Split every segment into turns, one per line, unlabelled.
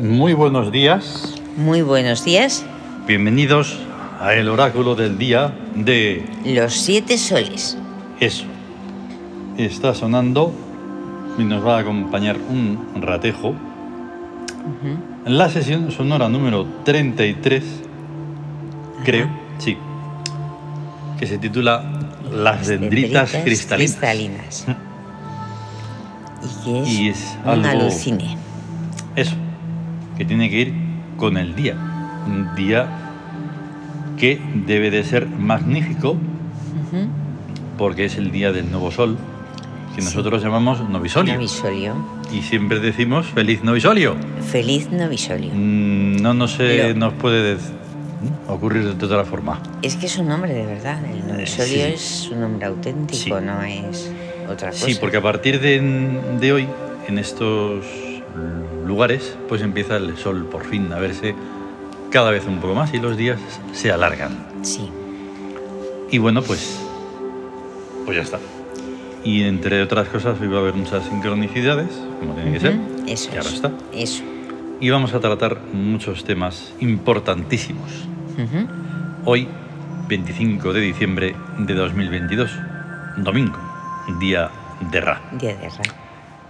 Muy buenos días,
Muy buenos días,
bienvenidos a el oráculo del día de
los siete soles.
eso. Está sonando y nos va a acompañar un ratejo. La sesión sonora número 33, creo, sí, que se titula Las dendritas cristalinas.
cristalinas. Y que es,
Y es
un
algo-
alucine.
Eso, que tiene que ir con el día. Un día que debe de ser magnífico
Ujú.
porque es el día del nuevo sol, que
Sí.
nosotros llamamos novisolio.
Novisolio.
Y siempre decimos feliz novisolio.
Feliz novisolio.
Mm, No nos, se-
Pero-
nos puede dec- ocurrir de otra forma.
Es que es un nombre de verdad. El novisolio
Eh, sí.
es un nombre auténtico,
Sí.
no es otra cosa.
Sí, porque a partir de, de hoy, en estos lugares, pues empieza el sol por fin a verse cada vez un poco más y los días se alargan.
Sí.
Y bueno, pues. Pues ya está. Y entre otras cosas, hoy va a haber muchas sincronicidades, como tiene que ser.
Ujú, Eso.
Y ahora
es.
está.
Eso.
Y vamos a tratar muchos temas importantísimos.
Ujú.
Hoy, 25 de diciembre de 2022, domingo, día de Ra.
Día de Ra.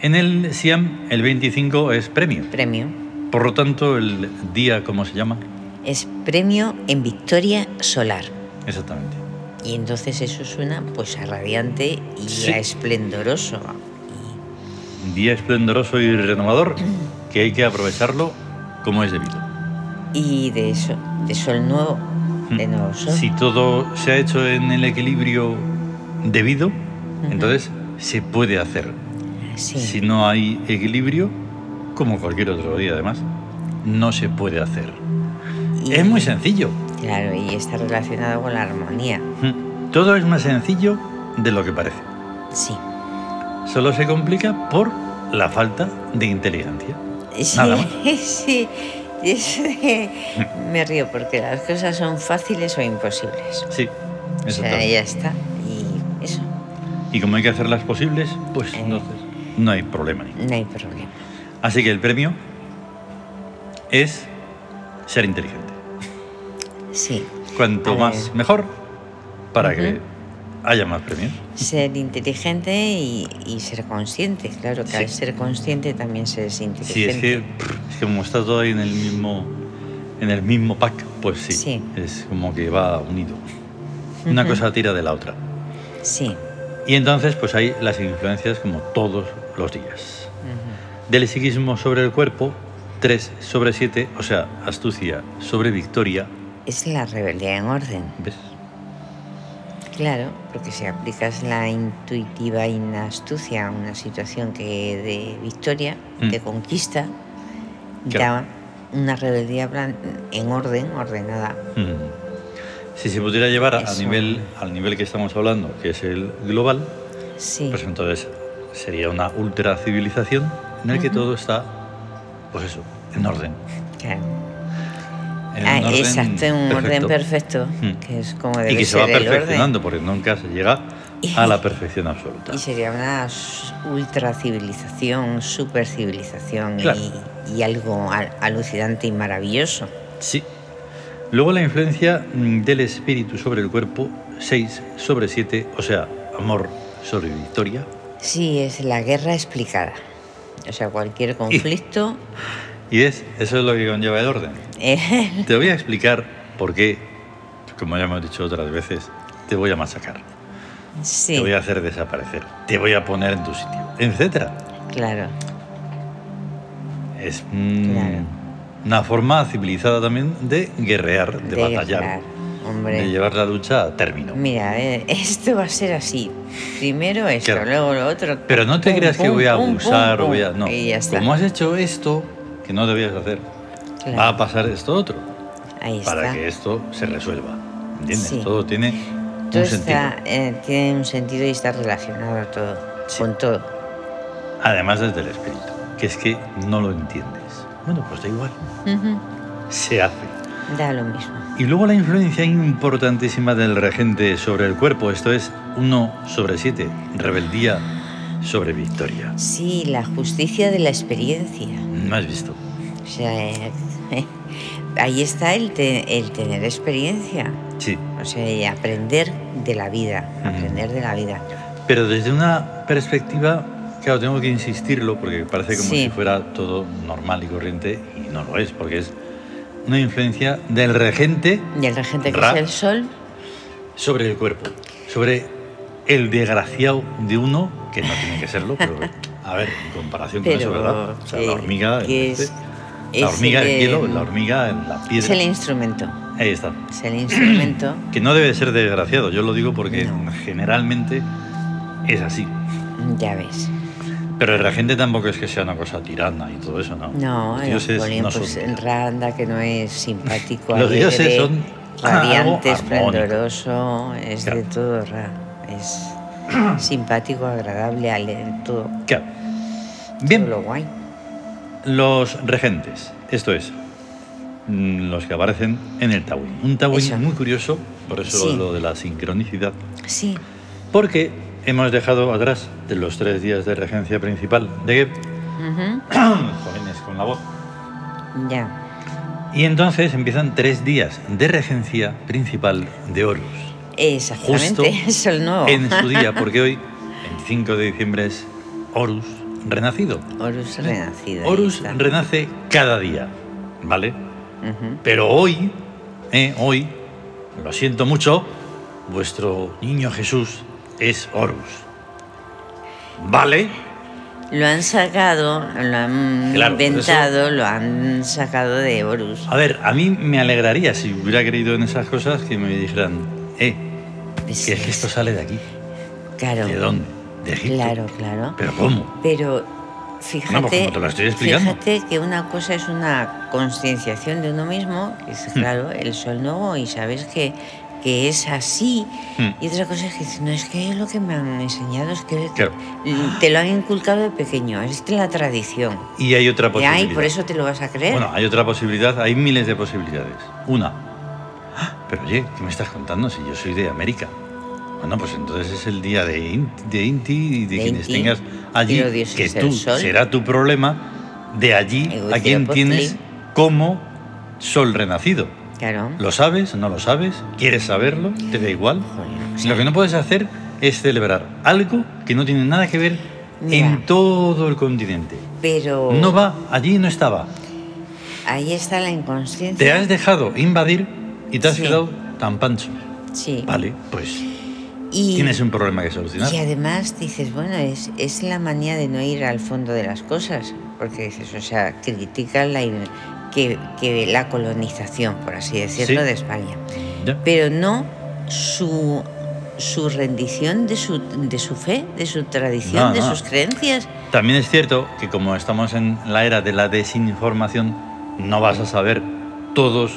En el Siam, el 25 es premio.
Premio.
Por lo tanto, el día, ¿cómo se llama?
Es premio en victoria solar.
Exactamente.
Y entonces eso suena pues a radiante y
Sí.
a esplendoroso.
Un día esplendoroso y renovador que hay que aprovecharlo como es debido.
Y de eso, de sol nuevo, de
Mm.
nuevo sol.
Si todo se ha hecho en el equilibrio debido, entonces se puede hacer.
Sí,
Si no hay equilibrio, como cualquier otro día además, no se puede hacer.
y-
Es muy sencillo.
Claro, y está relacionado con la armonía.
Mm. Todo es más sencillo de lo que parece.
Sí.
Solo se complica por la falta de inteligencia.
Sí,
Nada
sí. Y es- me río porque las cosas son fáciles o imposibles.
Sí,
O sea,
exactamente.
ya está. Y eso,
Y como hay que hacerlas posibles, pues
Eh.
entonces no hay problema ninguno.
no hay problema.
Así que el premio es ser inteligente.
Sí. A
Cuanto
ver.
más mejor para que
eh. Ujú.
haya más premios.
Ser inteligente y, y ser consciente. Claro que al
Sí.
ser consciente también se es inteligente.
Sí, es que, es que como está todo ahí en el mismo en el mismo pack, pues sí,
Sí.
es como que va unido. Una
Ujú.
cosa tira de la otra.
Sí.
Y entonces pues hay las influencias como todos los días.
Ujú.
Del psiquismo sobre el cuerpo, 3 sobre 7, o sea, astucia sobre victoria,
Es la rebeldía en orden.
¿ves?
Claro, porque si aplicas la intuitiva inastucia a una situación que de victoria,
Mm.
de conquista,
Claro.
da una rebeldía plan- en orden, ordenada.
Mm. Si se pudiera llevar a
Eso.
nivel, al nivel que estamos hablando, que es el global,
Sí,
Pues entonces sería una ultra civilización en la que
Ujú.
todo está, pues eso, en orden.
claro.
En
Ah,
un orden
exacto, en un orden
perfecto.
perfecto,
Mm.
que es como debe
Y que se
ser
va
el orden.
perfeccionando, porque nunca se llega a la perfección absoluta.
Y sería una s- ultracivilización, supercivilización y-
Claro.
y, algo al- alucinante y maravilloso.
Sí. Luego la influencia mm, del espíritu sobre el cuerpo, 6 sobre 7, o sea, amor sobre victoria.
Sí, es la guerra explicada. O sea, cualquier conflicto.
Y es, eso es lo que conlleva el orden.
eh,
Te voy a explicar por qué, como ya hemos dicho otras veces, te voy a machacar.
sí,
Te voy a hacer desaparecer. Te voy a poner en tu sitio. Etcétera.
claro.
Es mm,
Claro.
una forma civilizada también de guerrear, de, batallar,
guerrear, Hombre.
de llevar la lucha a término.
Mira, eh, esto va a ser así. Primero esto,
Claro.
luego lo otro.
Pero no te
Pum,
creas que
pum,
voy a
pum, pum,
abusar o
pum.
voy a. No.
Y ya está.
Como has hecho esto, que no debías hacer,
Claro,
va a pasar esto otro.
Ahí está.
Ah, Para que esto se resuelva. ¿Entiendes?
Sí.
Todo tiene
todo
un sentido.
está, eh, tiene un sentido y está relacionado todo,
Sí.
con todo.
Además desde el espíritu. Que es que no lo entiendes. Bueno, pues da igual.
Ujú,
Se hace.
Da lo mismo.
Y luego la influencia importantísima del regente sobre el cuerpo, esto es 1 sobre 7, rebeldía sobre victoria.
Sí, la justicia de la experiencia.
¿No has visto?
O sea, eh, ahí está el, te- el tener experiencia,
Sí,
o sea, y aprender de la vida,
Ujú.
aprender de la vida.
pero desde una perspectiva, claro, tengo que insistirlo porque parece como
Sí.
si fuera todo normal y corriente y no lo es, porque es una influencia del regente
Y el regente que
Ra.
es el sol,
sobre el cuerpo, sobre el desgraciado de uno, que no tiene que serlo, pero a ver, en comparación
pero
con eso, ¿verdad? O sea, la
que-
hormiga, el
que
este,
es,
la
es
hormiga, el
el- em,
hielo, la hormiga, la piedra.
es el instrumento,
Ahí está.
es el instrumento.
Que no debe de ser desgraciado, yo lo digo porque
No.
generalmente es así.
Ya ves.
Pero el regente tampoco es que sea una cosa tirana y todo eso, ¿no?
No,
Los
el
dioses
Napoleón,
no son
pues
tiranos.
Randa, que no es simpático.
Los
alegre,
dioses son ah, oh, algo
Radiante,
armónico.
esplendoroso, es de
Claro.
todo Ra. Es simpático, agradable, alegre, todo.
Claro. Bien,
Todo lo guay.
los regentes, esto es, mm, los que aparecen en el Tawin. Un Tawin
Eso.
muy curioso, por eso
Sí.
lo de la sincronicidad,
Sí,
porque hemos dejado atrás de los tres días de regencia principal de Geb,
ujú,
jóvenes con la voz,
ya.
y entonces empiezan tres días de regencia principal de Horus. Justo
Exactamente, es el nuevo.
En su día, porque hoy, el 5 de diciembre, es Horus renacido.
Horus renacido. ahí
Horus
está.
renace cada día, ¿vale?
Ujú.
Pero hoy, eh, hoy, lo siento mucho, vuestro niño Jesús es Horus. ¿Vale?
Lo han sacado, lo han
Claro, por eso-
inventado, lo han sacado de Horus.
A ver, a mí me alegraría si hubiera creído en esas cosas que me dijeran, eh, que es que esto sale de aquí.
Claro,
¿De dónde? De Egipto.
claro, claro.
¿Pero cómo?
Pero
No, pues
fíjate,
como te lo estoy explicando.
fíjate que una cosa es una concienciación de uno mismo, que es
Hmm.
claro, el sol nuevo y sabes que, que es así.
Hmm.
Y otra cosa es que dices, no, es que es lo que me han enseñado, es que
Claro.
te lo han inculcado de pequeño, es de la tradición.
Y hay otra
Y
posibilidad.
ay, por eso te lo vas a creer.
Pues Bueno, hay otra posibilidad, hay miles de posibilidades. Una. ¡Ah! Pero oye, ¿qué me estás contando si yo soy de América? Bueno, pues entonces es el día de, In- de Inti y de,
De
quienes
Inti,
tengas allí,
y los dioses
que
del
tú
sol.
será tu problema de allí a quien
Eguiziopotli.
tienes como sol renacido.
claro.
¿Lo sabes? ¿No lo sabes? ¿Quieres saberlo? ¿Te da igual?
Joder, o
Lo que no puedes hacer es celebrar algo que no tiene nada que ver
Ya. Oh.
en todo el continente.
Pero
No va, allí no estaba.
ahí está la inconsciencia.
Te has dejado invadir y te has
Sí.
quedado tan pancho.
Sí.
Vale, pues
Y-
tienes un problema que solucionar.
Y además dices, bueno, es, es la manía de no ir al fondo de las cosas, porque dices, o sea, critican la, in- que, que la colonización, por así decirlo,
Sí.
de España,
Ya.
pero no su, su rendición de su, de su fe, de su tradición,
No,
de
no.
sus creencias.
También es cierto que como estamos en la era de la desinformación, no vas a saber todos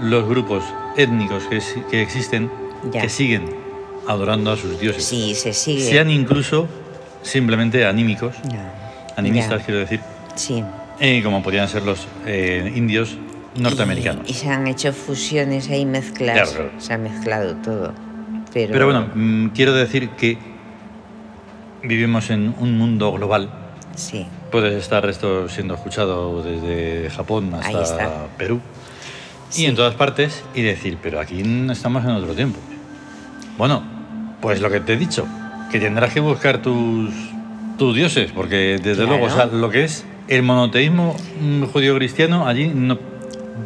los grupos étnicos que, si- que existen
Ya.
que siguen adorando a sus dioses.
Sí, se sigue.
Sean incluso simplemente anímicos,
No.
animistas
Ya,
quiero decir,
Sí.
eh, como podían ser los eh, indios norteamericanos.
Y, y se han hecho fusiones ahí mezclas,
Claro, claro.
se ha mezclado todo. Pero,
Pero bueno, mm, quiero decir que vivimos en un mundo global.
sí,
Puedes estar esto siendo escuchado desde Japón
Ahí
hasta
está.
Perú y
Sí.
en todas partes y decir, pero aquí no estamos en otro tiempo. Bueno, pues lo que te he dicho, que tendrás que buscar tus, tus dioses, porque desde luego, o sea,
Claro.
lo que es el monoteísmo mm, judío-cristiano allí no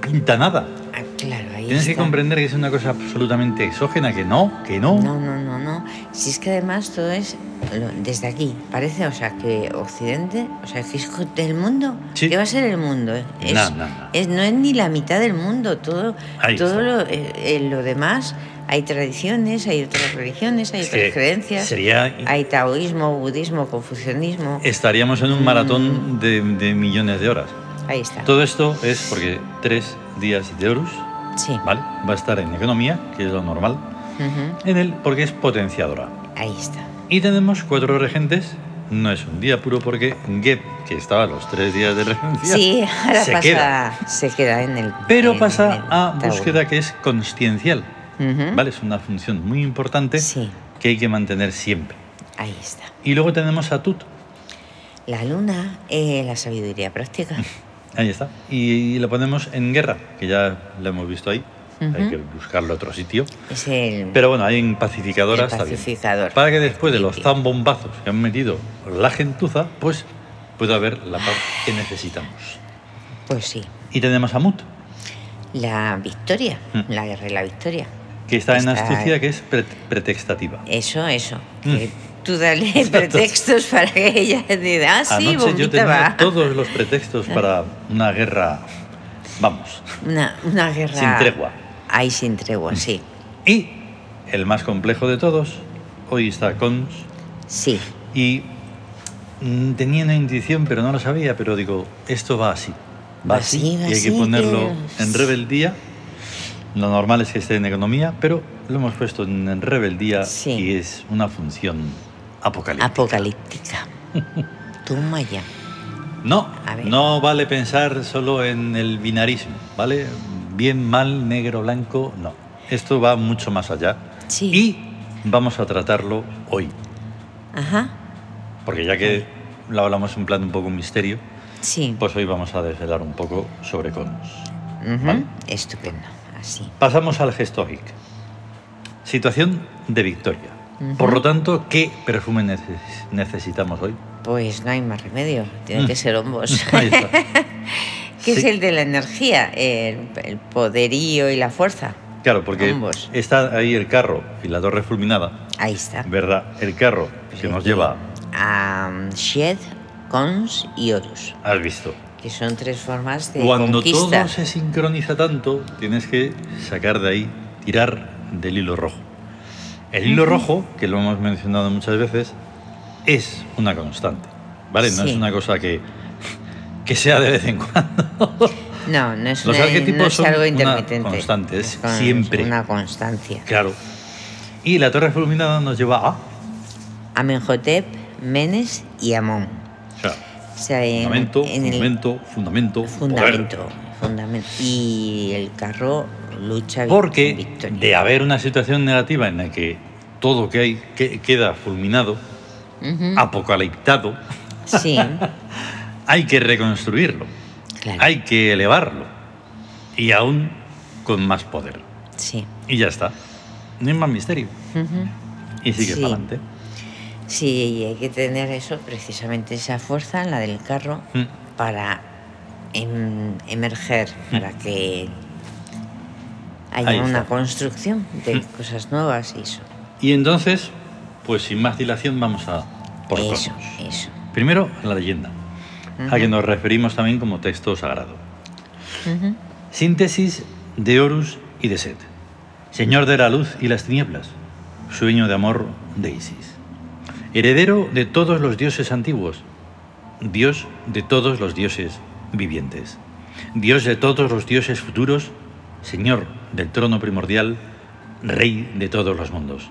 pinta nada.
Ah, claro, ahí
Tienes que
está.
comprender que es una cosa absolutamente exógena, que no, que no.
No, no, no, no. Si es que además todo es lo- desde aquí. Parece, o sea, que Occidente, o sea, que es co- del mundo.
Sí.
¿Qué va a ser el mundo? ¿eh? Es,
No, no, no.
Es, no es ni la mitad del mundo. Todo,
Ahí
todo
está.
lo, eh, eh, lo demás, hay tradiciones, hay otras religiones, hay
Es
otras
que
creencias.
Sería,
Hay taoísmo, budismo, confucianismo.
Eh, estaríamos en un
Mm.
maratón de, de millones de horas.
Ahí está.
Todo esto es porque tres días de Horus
Sí.
¿vale? va a estar en economía, que es lo normal,
Ujú.
en él porque es potenciadora.
Ahí está.
Y tenemos cuatro regentes, no es un día puro porque Geb, que estaba los tres días de regencia,
Sí, ahora
se
pasa,
queda.
se queda en el.
Pero
en el
pasa a
Tao.
búsqueda que es consciencial,
Ujú.
¿vale? Es una función muy importante
Sí,
que hay que mantener siempre.
ahí está.
Y luego tenemos a Tut,
La luna, eh, la sabiduría práctica.
Ahí está. Y, y lo ponemos en guerra, que ya lo hemos visto ahí. Hay
Ujú.
que buscarlo a otro sitio.
Es el.
Pero bueno, hay en pacificadora.
El
está bien.
pacificador.
Para que después de los
Limpio.
zambombazos que han metido la gentuza, pues pueda haber la paz que necesitamos.
Pues sí.
Y tenemos a Mut,
La victoria.
Mm.
La guerra de la victoria.
que está, en
Está-
astucia, que es pre- pretextativa.
Eso, eso.
Mm.
Que tú dale pretextos para que ella diga, ah, sí,
Anoche yo
bombita
tenía
va.
todos los pretextos para una guerra, vamos.
Una, una guerra.
Sin tregua. Mm.
Ahí sin tregua, sí.
Y el más complejo de todos, hoy está Cons,
Sí.
y mm, tenía una intuición, pero no lo sabía, pero digo, esto va así. Va,
Va
así,
así, va
y hay que
así,
ponerlo
claro.
en rebeldía. Lo normal es que esté en economía, pero lo hemos puesto en en rebeldía
Sí.
y es una función apocalíptica.
Apocalíptica. Toma ya.
No,
A ver.
no vale pensar solo en el binarismo, ¿vale? Bien, mal, negro, blanco, no. Esto va mucho más allá.
Sí.
Y vamos a tratarlo hoy,
Ajá.
porque ya que lo hablamos en plan un poco misterio,
Sí.
pues hoy vamos a desvelar un poco sobre conos.
Ujú.
vale.
Estupendo. Así.
Pasamos al gestoric. Situación de victoria.
Ujú.
Por lo tanto, ¿qué perfume neces- necesitamos hoy?
Pues no hay más remedio. Tiene
Mm.
que ser hombos.
Ahí está.
que es
Sí.
el de la energía, el, el poderío y la fuerza.
Claro, porque
Ambos.
está ahí el carro y la torre fulminada.
Ahí está.
¿Verdad? El carro
Pues
que nos lleva,
A Shed, Cons y Horus,
has visto.
que son tres formas de
Cuando
conquista.
todo se sincroniza tanto, tienes que sacar de ahí, tirar del hilo rojo. El hilo rojo, que lo hemos mencionado muchas veces, es una constante, ¿vale? No
Sí.
es una cosa que, que sea de vez en cuando.
No, no es,
Los
una-
arquetipos
no es
son
algo
una
intermitente.
constante, es
con-
siempre.
Una constancia.
Claro. Y la torre fulminada nos lleva a...
Amenhotep, Menes y Amón.
O sea,
O sea, en,
fundamento,
en el
fundamento, fundamento, poder.
fundamento, fundamento. Y el carro lucha vi-
Porque
victoria.
de haber una situación negativa en la que todo que hay que- queda fulminado,
Ujú.
apocaliptado,
Sí,
hay que reconstruirlo,
claro.
hay que elevarlo y aún con más poder.
Sí.
Y ya está. No hay más misterio.
Ujú.
Y sigue
Sí.
para adelante.
Sí, y hay que tener eso, precisamente esa fuerza, la del carro,
Mm.
para em- emerger, para que haya
Mm. Ahí
una
está.
construcción de
Mm.
cosas nuevas y eso.
Y entonces, pues sin más dilación, vamos a por
eso,
Cronos.
eso.
Primero, la leyenda, a que nos referimos también como texto sagrado.
Ujú.
Síntesis de Horus y de Set. Señor de la luz y las tinieblas. Sueño de amor de Isis. Heredero de todos los dioses antiguos. Dios de todos los dioses vivientes. Dios de todos los dioses futuros. Señor del trono primordial. Rey de todos los mundos.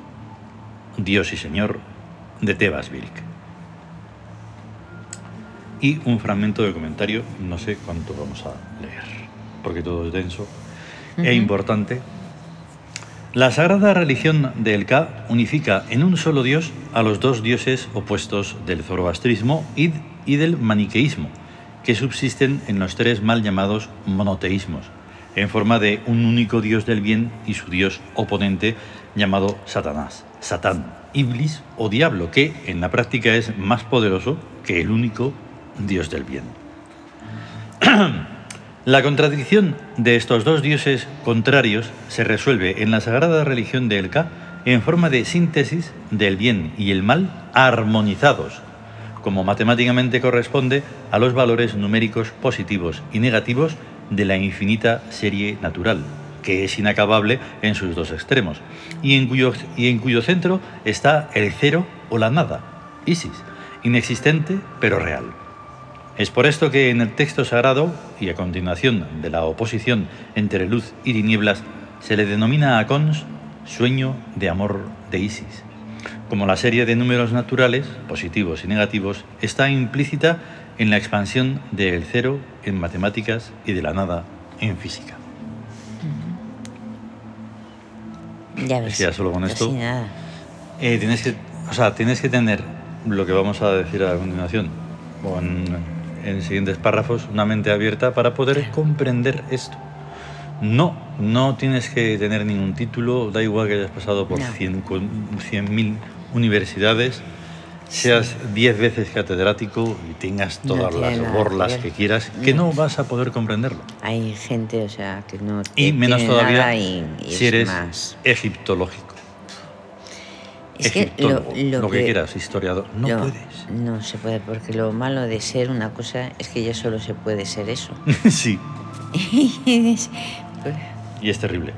Dios y Señor de Tebas Vilk. Y un fragmento de comentario, no sé cuánto vamos a leer, porque todo es denso e importante. La sagrada religión del Ka unifica en un solo dios a los dos dioses opuestos del zoroastrismo y, y del maniqueísmo, que subsisten en los tres mal llamados monoteísmos, en forma de un único dios del bien y su dios oponente llamado Satanás, Satán, Iblis o Diablo, que en la práctica es más poderoso que el único dios del bien. La contradicción de estos dos dioses contrarios se resuelve en la sagrada religión de Elka en forma de síntesis del bien y el mal armonizados, como matemáticamente corresponde a los valores numéricos positivos y negativos de la infinita serie natural, que es inacabable en sus dos extremos, y en cuyo, y en cuyo centro está el cero o la nada, Isis, inexistente pero real. Es por esto que en el texto sagrado, y a continuación de la oposición entre luz y tinieblas, se le denomina a Cons sueño de amor de Isis. Como la serie de números naturales, positivos y negativos, está implícita en la expansión del cero en matemáticas y de la nada en física.
Ya ves.
que ya solo con
casi
esto-
nada.
Eh, tienes, que, o sea, tienes que tener lo que vamos a decir a continuación o en, en siguientes párrafos una mente abierta para poder comprender esto. No, no tienes que tener ningún título, da igual que hayas pasado por
No.
100 con 100.000 universidades, seas 10 veces catedrático y tengas
No
todas
tiene
las
nada que
borlas
ver. Mm.
que quieras, que no vas a poder comprenderlo.
Hay gente, o sea, que no
Y
te-
menos
tiene
todavía
nada y- y
si
es
eres
más.
egiptológico,
Es que lo,
egiptólogo,
lo
que, quieras, historiador, no
lo-
puedes.
No se puede, porque lo malo de ser una cosa es que ya solo se puede ser eso.
sí, Mm.
Es-
y es terrible.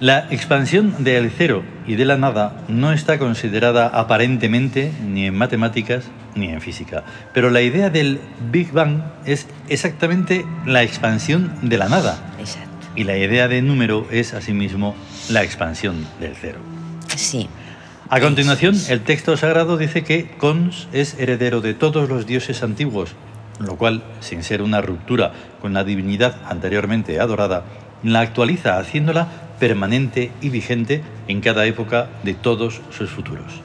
La expansión del cero y de la nada no está considerada aparentemente ni en matemáticas ni en física, pero la idea del Big Bang es exactamente la expansión de la nada
Exacto.
y la idea de número es asimismo la expansión del cero.
Sí.
A continuación, el texto sagrado dice que Cons es heredero de todos los dioses antiguos, lo cual, sin ser una ruptura con la divinidad anteriormente adorada, la actualiza haciéndola permanente y vigente en cada época de todos sus futuros.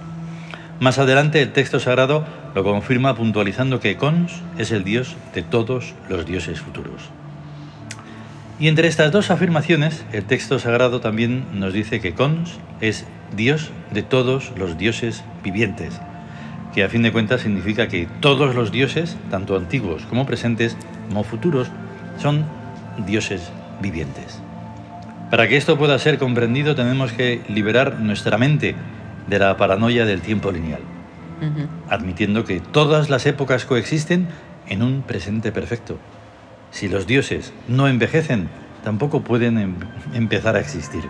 Más adelante, el texto sagrado lo confirma puntualizando que Cons es el dios de todos los dioses futuros. Y entre estas dos afirmaciones, el texto sagrado también nos dice que Cons es Dios de todos los dioses vivientes, que a fin de cuentas significa que todos los dioses, tanto antiguos como presentes como futuros, son dioses vivientes. Para que esto pueda ser comprendido tenemos que liberar nuestra mente de la paranoia del tiempo lineal,
Ujú.
admitiendo que todas las épocas coexisten en un presente perfecto. Si los dioses no envejecen, tampoco pueden em- empezar a existir,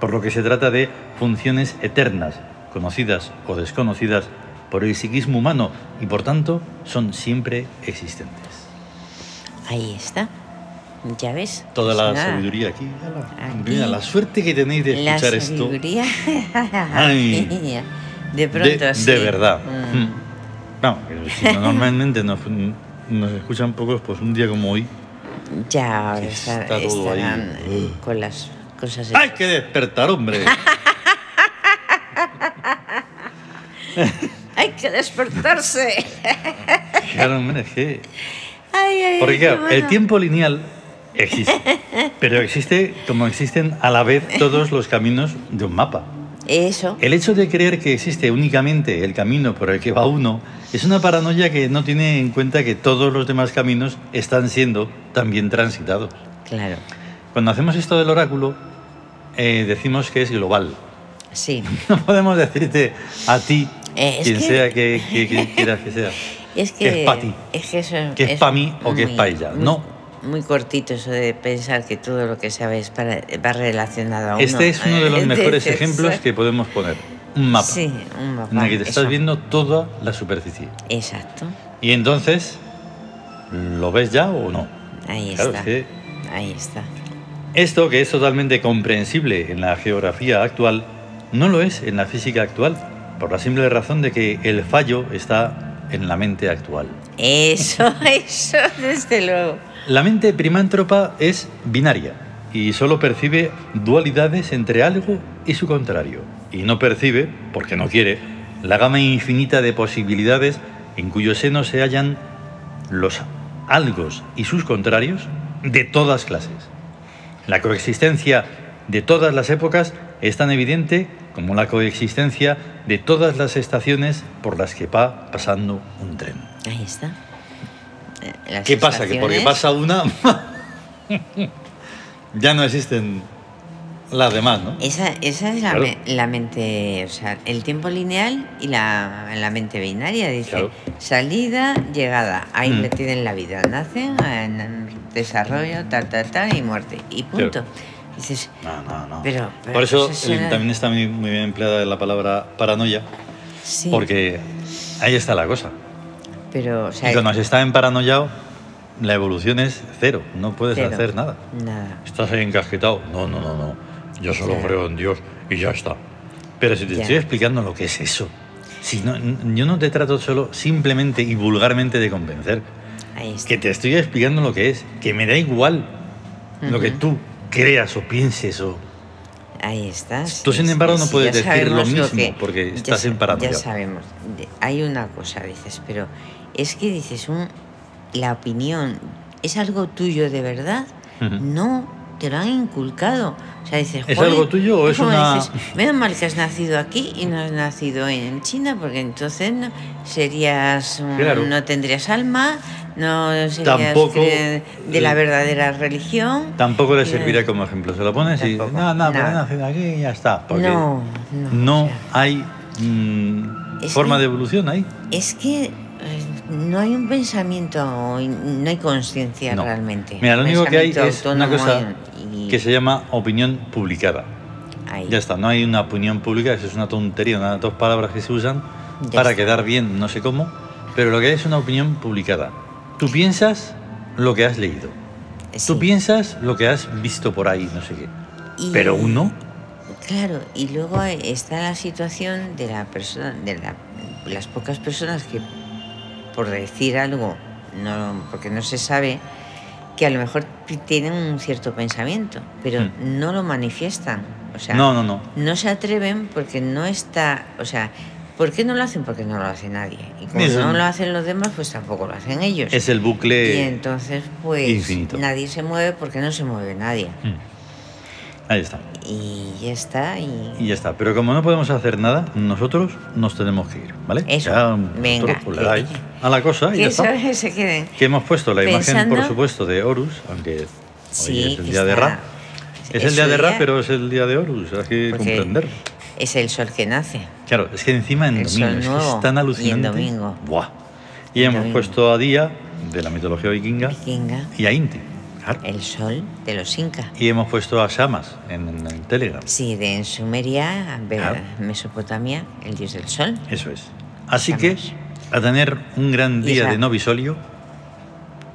por lo que se trata de funciones eternas, conocidas o desconocidas por el psiquismo humano y por tanto son siempre existentes.
Ahí está. ¿Ya ves?
Toda la
Pues nada,
sabiduría aquí, ala.
Aquí.
mira la suerte que tenéis de
La
escuchar esto
sabiduría.
Ay.
de
de,
pronto así.
de verdad.
Mm.
Mm. No, pero si no, normalmente nos, nos escuchan pocos, pues un día como hoy.
Ya ahora
Sí,
está-
está todo ahí.
estarán eh,
Ugh.
con las cosas.
¡Hay que despertar, hombre!
¡Hay que despertarse!
Claro, hombre, es que...
Ay, ay,
Porque
ay,
claro,
qué
el tiempo lineal existe, pero existe como existen a la vez todos los caminos de un mapa.
bueno. Eso.
El hecho de creer que existe únicamente el camino por el que va uno es una paranoia que no tiene en cuenta que todos los demás caminos están siendo también transitados.
Claro.
Cuando hacemos esto del oráculo, eh, decimos que es global.
Sí.
No podemos decirte a ti,
Eh, es
quien
que-
sea que, que- que quieras que sea.
Es
Que es
que.
pa' ti.
es que eso
Que es pa' mí o que es
muy-
pa' ella.
muy-
No.
Muy cortito eso de pensar que todo lo que sabes para, va relacionado a uno.
Este es uno de los mejores
Entonces,
ejemplos que podemos poner. Un mapa.
Eh, Sí, un mapa.
en el que te estás
eso.
viendo toda la superficie.
Exacto.
Y entonces, ¿lo ves ya o no?
Ahí
Claro,
está.
es que
Ahí está.
esto que es totalmente comprensible en la geografía actual, no lo es en la física actual, por la simple razón de que el fallo está en la mente actual.
Eso, eso, desde luego.
La mente primántropa es binaria y solo percibe dualidades entre algo y su contrario. Y no percibe, porque no quiere, la gama infinita de posibilidades en cuyo seno se hallan los algos y sus contrarios de todas clases. La coexistencia de todas las épocas es tan evidente como la coexistencia de todas las estaciones por las que va pasando un tren.
Ahí está. Eh, las
¿Qué pasa? Que porque
estaciones,
pasa una, ya no existen las demás, ¿no?
Esa, esa es la,
Claro.
me- la mente, o sea, el tiempo lineal y la, la mente binaria. Dice
Claro.
salida, llegada. Ahí
Mm.
le tienen la vida. Nace, en- desarrollo, tal, tal, tal y muerte. Y punto. Dices,
No, no, no.
Pero- pero
Por eso
eso
eh,
será-
también está muy, muy bien empleada la palabra paranoia,
sí.
porque ahí está la cosa.
Pero, o sea,
Y cuando se está en paranoiao, la evolución es cero, no puedes
cero.
hacer nada.
Nada.
Estás ahí encasquetado. No, no, no, no. Yo solo
Ya.
creo en Dios y ya está. Pero si te
Ya.
estoy explicando lo que es eso, si no, n- yo no te trato solo simplemente y vulgarmente de convencer.
Ahí está.
que te estoy explicando lo que es, que me da igual lo que
Ujú.
tú creas o pienses o...
Ahí está. sí,
Tú, sin
sí,
embargo, no
sí,
puedes
ya
decir lo
sabemos
mismo, porque
ya
estás
sa-
en paranoia.
Ya sabemos. De- Hay una cosa, dices, pero es que dices un, la opinión es algo tuyo de verdad,
Ujú.
no te lo han inculcado. O sea, dices,
¿Es
"Joder",
algo tuyo o es
como
una-
dices, menos mal que has nacido aquí y no has nacido en China, porque entonces no serías, un-
Claro.
no tendrías alma, no serías
Tampoco,
cre- de la
eh,
verdadera religión.
Tampoco le
Y-
servirá como ejemplo. Se lo pones y
Tampoco.
no, no, pero
Nada.
nacido aquí y ya está. Porque
no, no.
no
o sea,
hay mm,
Es
forma
que-
de evolución ahí.
es que eh, no hay un pensamiento, no hay conciencia
No.
realmente.
Mira, lo único que hay
Pensamiento
es una
autónomo
cosa
y- y
que se llama opinión publicada.
ahí.
Ya está, no hay una opinión pública, eso es una tontería, una, dos palabras que se usan
Ya
para
está.
quedar bien, no sé cómo, pero lo que hay es una opinión publicada. Tú piensas lo que has leído,
Sí.
tú piensas lo que has visto por ahí, no sé qué.
Y-
Pero uno,
Claro, y luego está la situación de la persona, de la- las pocas personas que, por decir algo, no, porque no se sabe, que a lo mejor t- tienen un cierto pensamiento, pero
Hmm.
no lo manifiestan. O sea,
no, no, no.
no se atreven porque no está, o sea, ¿por qué no lo hacen? Porque no lo hace nadie. Y como
Eso
no
no.
lo hacen los demás, pues tampoco lo hacen ellos.
Es el
y
bucle.
entonces, pues
infinito.
nadie se mueve porque no se mueve nadie.
Mm. Ahí está.
Y ya está. Y,
Y ya está. Pero como no podemos hacer nada, nosotros nos tenemos que ir, ¿vale?
Eso.
Ya, vosotros,
Venga,
pues, le
que-
dais a la cosa y
que
ya está.
eso- se queden.
Que hemos puesto la imagen,
Pensando-
por supuesto, de Horus, aunque hoy es el
que
día de
está-
Ra. Es el día
su
de Ra, pero es el día de Horus, hay que
Porque-
comprender.
Es el sol que nace.
Claro, es que encima en
El
domingo,
sol
es, que
nuevo
es tan
y en
alucinante.
domingo.
Buah. Y hemos
domingo.
puesto a Día, de la mitología vikinga,
Kinga,
y a Inti, claro.
el sol de los incas.
Y hemos puesto a Shamas en, en el Telegram.
Sí, de en Sumeria, a ver,
Claro.
Mesopotamia, el dios del sol.
Eso es. Así
Shamas.
que, a tener un gran
Y
día
Ra.
de novisolio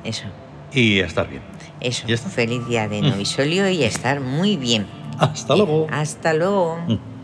Eso,
y a estar bien.
eso.
Ya está. Mm.
Feliz día de novisolio y a estar muy bien.
Hasta luego.
Hasta luego.
Mm.